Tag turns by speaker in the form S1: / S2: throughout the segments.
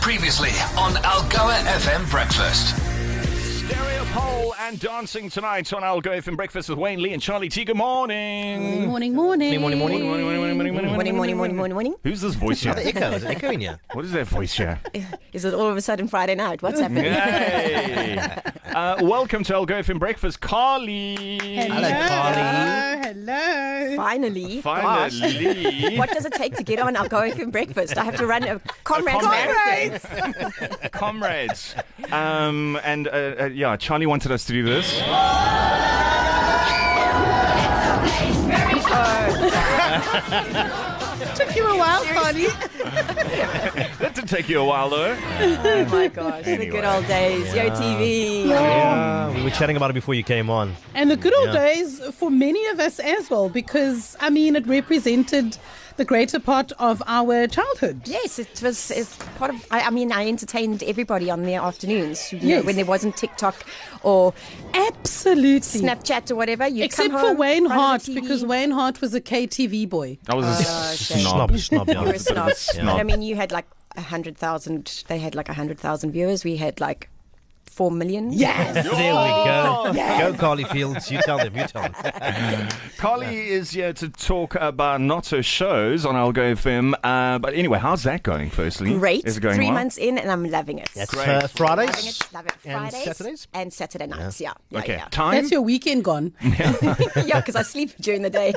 S1: Previously on Algoa FM Breakfast.
S2: Stereo pole and dancing tonight on I'll Go FM Breakfast with Wayne Lee and Charlie T. Good morning.
S3: Morning, morning.
S4: Mm. Morning, morning, morning.
S2: morning.
S4: Morning, morning, morning, morning, morning.
S2: Who's this voice
S4: Another
S2: here?
S4: echo. Is it echo in here?
S2: What is that voice here?
S4: Is it all of a sudden Friday night? What's happening?
S2: Yay. Uh, welcome to I'll Go FM Breakfast, Carly.
S4: Hello, Carly.
S3: Hello.
S4: Finally. gosh.
S2: Finally.
S4: What does it take to get on Algoa for breakfast? I have to run a comrades
S2: comrade.
S4: marathon.
S2: Comrades. Um, and uh, uh, yeah, Charlie wanted us to do this.
S3: Took you a while, Connie.
S2: That did take you a while, though.
S4: Oh my gosh, the good old days. Yo TV.
S5: Yeah, we were chatting about it before you came on.
S3: And the good old
S5: Yeah.
S3: days for many of us as well, because I mean, it represented the greater part of our childhood.
S4: Yes, it was it's part of. I, I mean, I entertained everybody on their afternoons you know,
S3: Yes.
S4: when there wasn't TikTok or
S3: Absolutely.
S4: Snapchat or whatever. You
S3: Except
S4: come
S3: for
S4: home,
S3: Wayne
S4: run on the
S3: Hart,
S4: TV.
S3: because Wayne Hart was a KTV boy.
S2: I was
S4: Oh,
S2: a
S4: shame.
S2: snob.
S5: Snob, snob, yeah.
S4: You were a snob.
S2: snob.
S4: But I mean, you had like a hundred thousand. They had like a hundred thousand viewers. We had like four million.
S3: Yes.
S5: There we go. Go, Carly Fields. You tell them. You tell them.
S2: Carly is here to talk about not her shows on I'll Go FM. Uh, but anyway, how's that going, firstly?
S4: Great.
S2: Is it going
S4: Three
S2: well?
S4: months in, and I'm loving it.
S5: That's
S2: Great.
S5: uh,
S4: Loving
S5: Fridays
S4: it. Love it.
S5: and
S4: Fridays
S5: Saturdays.
S4: and Saturday nights. Yeah. Yeah.
S2: Okay.
S4: Yeah.
S2: Time?
S3: That's your weekend gone.
S4: yeah, because I sleep during the day.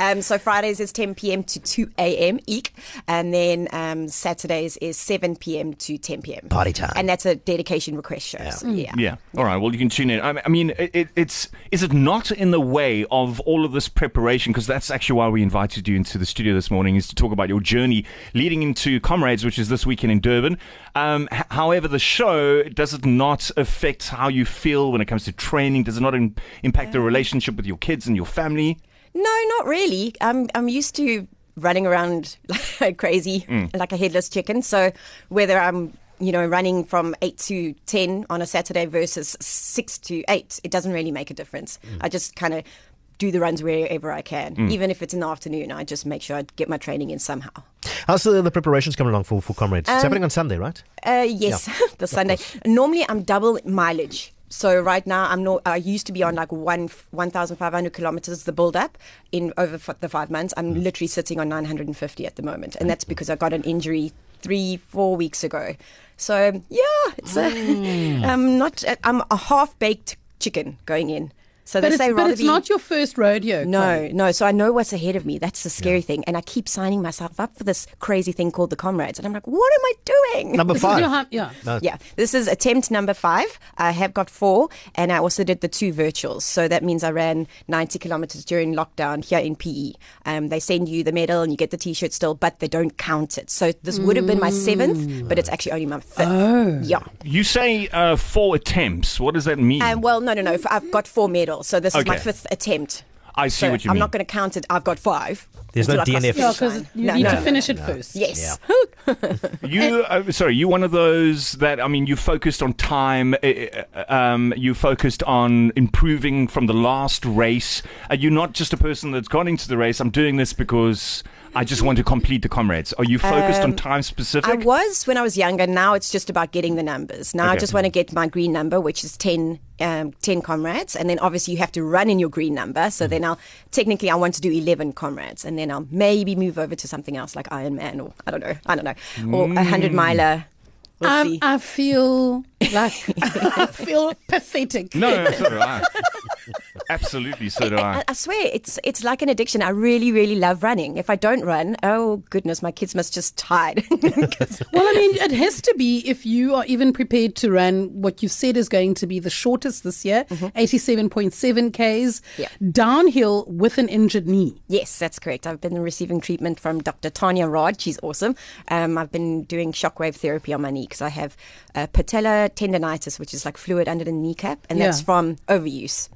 S4: um, so Fridays is 10 p.m. to 2 a.m. Eek, and then um, Saturdays is 7 p.m. to 10 p.m.
S5: Party time.
S4: And that's a dedication request show. Yeah. So, yeah.
S2: Yeah. Mm. All right. Well, you can tune in. I, I mean, it, it's is it not in the way of all of this preparation? Because that's actually why we invited you into the studio this morning is to talk about your journey leading into Comrades, which is this weekend in Durban. Um, h- however, the show does it not affect how you feel when it comes to training? Does it not im- impact the
S4: Uh.
S2: relationship with your kids and your family?
S4: No, not really. I'm I'm used to running around like crazy, like a headless chicken. So whether I'm you know running from eight to ten on a Saturday versus six to eight, it doesn't really make a difference. I just kind of do the runs wherever I can, even if it's in the afternoon. I just make sure I get my training in somehow.
S5: How's the, the preparations coming along for, for comrades? it's happening on Sunday, right?
S4: Uh, yes, the Sunday. Normally, I'm double mileage. So right now, I'm not. I used to be on like one one thousand five hundred kilometers the build up in over f- the five months. I'm
S3: Mm.
S4: literally sitting on nine hundred and fifty at the moment, and that's because I got an injury three four weeks ago. So yeah, it's a,
S3: Mm.
S4: I'm not. I'm a half baked chicken going in.
S3: But
S4: So they
S3: it's,
S4: say
S3: but
S4: rather
S3: it's
S4: be-
S3: not your first rodeo.
S4: no,
S3: Connie.
S4: no. So I know what's ahead of me. That's the scary thing. And I keep signing myself up for this crazy thing called the comrades. And I'm like, what am I doing?
S5: Number
S3: This is
S5: five.
S3: your hum- yeah.
S5: No,
S4: Yeah, this is attempt number five. I have got four, and I also did the two virtuals. So that means I ran 90 kilometers during lockdown here in PE. Um, they send you the medal and you get the t shirt still, but they don't count it. So this would have been my seventh, but it's actually only my fifth. Oh. Yeah.
S2: You say uh, four attempts. What does that mean?
S4: And well, no, no, no. f- I've got four medals. So this is my
S2: Okay.
S4: fifth attempt.
S2: I see
S4: So
S2: what you
S4: I'm
S2: mean.
S4: not going to count it. I've got five.
S5: There's no
S4: until I cross the
S5: DNF.
S3: Yeah, because
S4: finish line.
S3: you
S4: No,
S3: need
S4: no,
S3: to
S4: no.
S3: finish it first.
S4: Yes.
S2: You uh, sorry, you one of those that I mean, you focused on time. uh, uh, Um, you focused on improving from the last race. Are you not just a person that's gone into the race? I'm doing this because I just want to complete the comrades. Are you focused
S4: Um,
S2: on time specific?
S4: I was when I was younger. Now it's just about getting the numbers. Now I
S2: Okay.
S4: just want to get my green number, which is 10, um, 10 comrades. And then obviously you have to run in your green number. So
S2: Mm-hmm.
S4: then I'll technically I want to do 11 comrades. And then I'll maybe move over to something else like Ironman or I don't know. I don't know. Or a
S2: Mm.
S4: 100 miler. We'll
S3: I,
S2: Um,
S4: see.
S3: Um, I feel like I feel pathetic.
S2: no, no, so do I. Absolutely, so do I.
S4: I, I swear, it's it's like an addiction. I really, really love running. If I don't run, oh goodness, my kids must just hide.
S3: Well, I mean, it has to be if you are even prepared to run what you've said is going to be the shortest this year,
S5: Mm-hmm.
S3: 87.7 Ks,
S4: Yeah.
S3: downhill with an injured knee.
S4: Yes, that's correct. I've been receiving treatment from Dr. Tanya Rod. She's awesome. Um, I've been doing shockwave therapy on my knee because I have uh, patella tendonitis, which is like fluid under the kneecap, and that's
S3: Yeah.
S4: from overuse.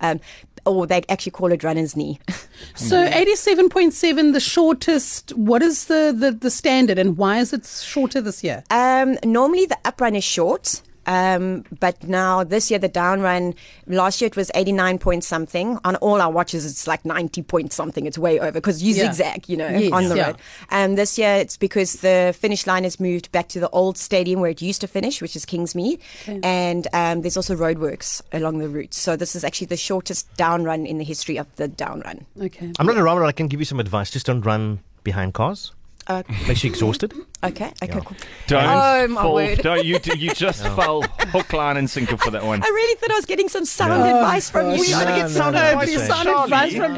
S4: Um, or they actually call it runner's knee.
S3: So
S5: Mm-hmm.
S3: 87.7, the shortest. What is the,
S5: Uh,
S3: the, the standard and why is it shorter this year?
S4: Um, normally the uprun is short. Um, but now this year the down run, last year it was 89 point something. On all our watches, it's like 90 point something. It's way over because you
S3: Yeah.
S4: zigzag, you know,
S3: Yes.
S4: on the
S3: Yeah.
S4: road. Um, this year it's because the finish line has moved back to the old stadium where it used to finish, which is Kingsmead. And um, there's also roadworks along the route. So this is actually the shortest down run in the history of the down run.
S3: Okay.
S5: I'm not around, but I can give you some advice. Just don't run behind cars.
S4: Uh,
S5: Makes you exhausted.
S4: okay, okay, cool.
S2: Don't
S4: Oh, my
S2: fall.
S4: word.
S2: Don't you? You just fell hook, line, and sinker for that one.
S4: I really thought I was getting some sound advice from you.
S3: gosh.
S5: Oh, No,
S4: Charlotte.
S5: no, no,
S2: advice
S5: it's
S2: from
S5: fine.
S2: Charlie.
S3: advice from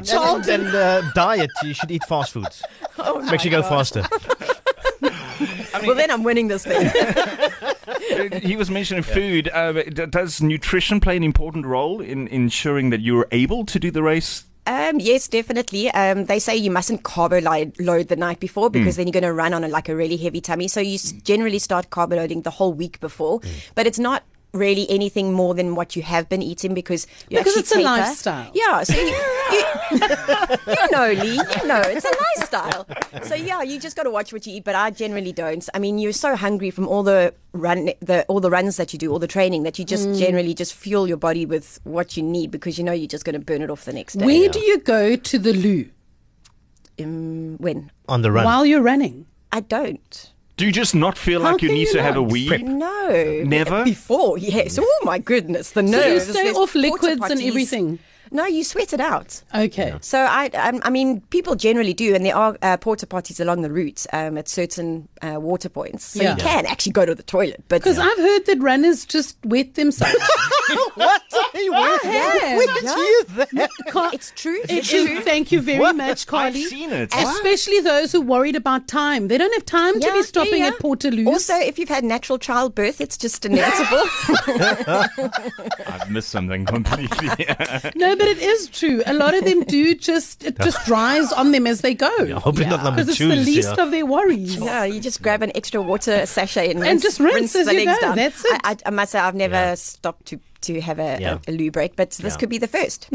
S5: And, and uh, diet, you should eat fast foods. Makes you go faster.
S4: well, then I'm winning this thing.
S2: he was mentioning food. Uh, but d- does nutrition play an important role in ensuring that you're able to do the race?
S4: Um, yes, definitely. Um, they say you mustn't carbo li- load the night before because then you're going to run on a, like a really heavy tummy. So you s- generally start carbo loading the whole week before, but it's not really anything more than what you have been eating because you
S3: Because
S4: actually
S3: it's a
S4: taper.
S3: lifestyle.
S4: Yeah, so you, you, you know, Lee, you know, it's a lifestyle. So yeah, you just got to watch what you eat. But I generally don't. I mean, you're so hungry from all the run, the all the runs that you do, all the training that you
S3: Hmm.
S4: just generally just fuel your body with what you need because you know you're just going to burn it off the next day.
S3: Where do you go to the loo
S4: um, when
S5: On the run.
S3: while you're running?
S4: I don't.
S2: Do you just not feel
S3: How
S2: like you
S3: can
S2: need
S3: you
S2: to have a
S3: not?
S2: wee?
S4: No,
S2: Never?
S4: before. Yes. Oh my goodness, the
S3: you
S4: nerves.
S3: stay
S4: There's
S3: off
S4: porta
S3: liquids and
S4: potties.
S3: everything?
S4: No, you sweat it out.
S3: Okay.
S4: So I, um, I, I mean, people generally do, and there are uh, porta potties along the route um, at certain uh, water points, so
S3: Yeah.
S4: you can actually go to the toilet. But
S3: Because I've heard that runners just wet themselves.
S5: what? Hey, where,
S3: have.
S5: where did
S4: Yeah.
S5: you hear that?
S3: Ca-
S4: it's true.
S3: It is. Thank you very
S5: What?
S3: much, Carly.
S2: I've seen it.
S3: Especially those who worried about time. They don't have time to
S4: Yeah,
S3: be stopping
S4: yeah,
S3: at
S4: yeah.
S3: Portaloos.
S4: Also, if you've had natural childbirth, it's just inevitable.
S2: I've missed something completely.
S3: no, but it is true. A lot of them do just it just dries on them as they go.
S5: I hope it's not number
S3: Because it's
S5: two,
S3: the least
S5: yeah.
S3: of their worries.
S4: Yeah, you just grab an extra water sachet and, rinse,
S3: just rinse
S4: the
S3: as you
S4: legs
S3: go,
S4: down.
S3: that's it.
S4: I, I, I must say, I've never
S5: Yeah.
S4: stopped to to have a,
S5: Yeah.
S4: a, a loo break, but this
S5: Yeah.
S4: could be the first.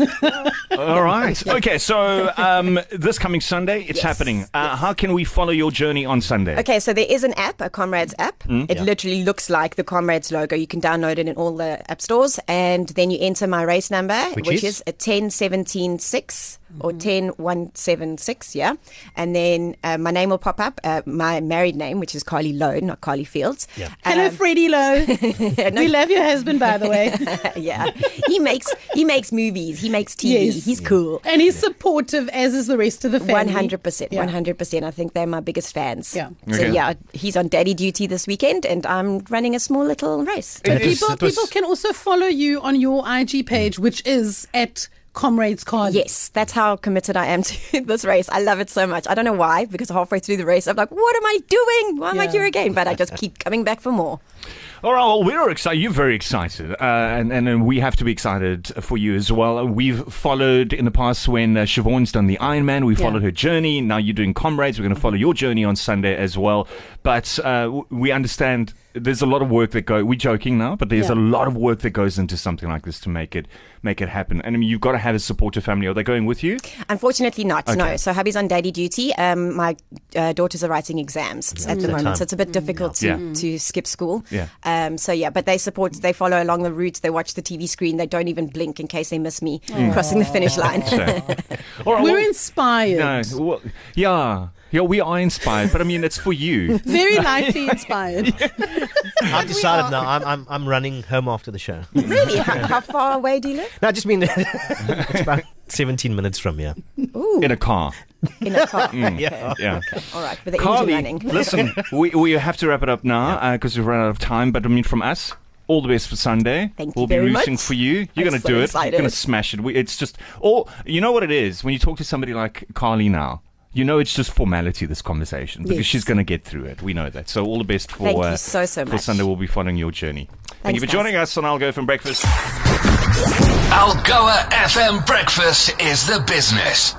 S2: All right. Okay, so um, this coming Sunday, it's
S4: Yes.
S2: happening. Uh, How can we follow your journey on Sunday?
S4: Okay, so there is an app, a Comrades app.
S5: Mm-hmm.
S4: It literally looks like the Comrades logo. You can download it in all the app stores, and then you enter my race number,
S5: Which
S4: which,
S5: is?
S4: is? a ten seventeen six
S3: Mm-hmm.
S4: or ten one seven six, yeah. And then uh, my name will pop up, uh, my married name, which is Carly Lowe, not Carly Fields. Uh,
S5: Yeah.
S3: Hello, Freddie Lowe. we love your husband, by the way.
S4: yeah, he makes he makes movies. He makes TV.
S3: Yes.
S4: He's cool.
S3: And he's supportive, as is the rest of the family.
S4: One hundred percent,
S3: Yeah.
S4: one hundred percent. I think they're my biggest fans.
S3: Yeah.
S4: So
S2: Okay.
S4: yeah, he's on daddy duty this weekend, and I'm running a small little race.
S5: It is-
S3: People,
S5: it was-
S3: people can also follow you on your IG page, which is at Comrades Carly.
S4: Yes, that's how committed I am to this race. I love it so much. I don't know why, because halfway through the race, I'm like, what am I doing? Why am I
S3: Yeah.
S4: here again? But I just keep coming back for more.
S2: All right, well, we're excited. You're very excited. Uh, and, and, and we have to be excited for you as well. We've followed in the past when uh, Siobhan's done the Ironman. We followed her journey. Now you're doing Comrades. We're going to follow your journey on Sunday as well. But uh, w- we understand there's a lot of work that go. We're joking now, but there's
S3: Yeah.
S2: a lot of work that goes into something like this to make it make it happen. And I mean, you've got to have a supportive family. Are they going with you?
S4: Unfortunately, not.
S2: Okay.
S4: No. So hubby's on daddy duty. Um, my uh, daughters are writing exams at the
S5: Same
S4: moment,
S5: time.
S4: so it's a bit difficult
S2: Yeah.
S4: to, to skip school.
S2: Yeah.
S4: Um, so yeah, but they support. They follow along the route. They watch the TV screen. They don't even blink in case they miss me crossing the finish line.
S2: So- All right,
S3: We're
S2: well-
S3: inspired.
S2: No, well, yeah, yeah, we are inspired, but I mean, it's for you.
S3: Very lightly inspired.
S5: I've decided now. I'm, I'm, I'm running home after the show. no,
S4: really? How, how far away do you live?
S5: I just mean it's about 17 minutes from here.
S2: in a car.
S4: In a car.
S5: Yeah.
S2: Yeah.
S4: All right, with the
S2: Mm. Carly,
S4: engine running.
S2: listen, we, we have to wrap it up now because we've run out of time. But I mean, from us, all the best for Sunday.
S4: Thank you
S2: we'll
S4: very
S2: be rooting
S4: much.
S2: for you. You're
S4: I'm
S2: going to
S4: so
S2: do it.
S4: excited.
S2: You're going to smash it. We, it's just, or you know what it is when you talk to somebody like Carly now. You know, it's just formality. This conversation because
S3: Yes.
S2: she's going to get through it. We know that. So all the best for
S4: Thank you
S2: uh,
S4: so, so
S2: for
S4: much.
S2: Sunday. We'll be following your journey. Thank
S4: Thanks,
S2: you for
S4: guys.
S2: joining us on I'll Go From Breakfast.
S1: Algoa FM Breakfast is the business.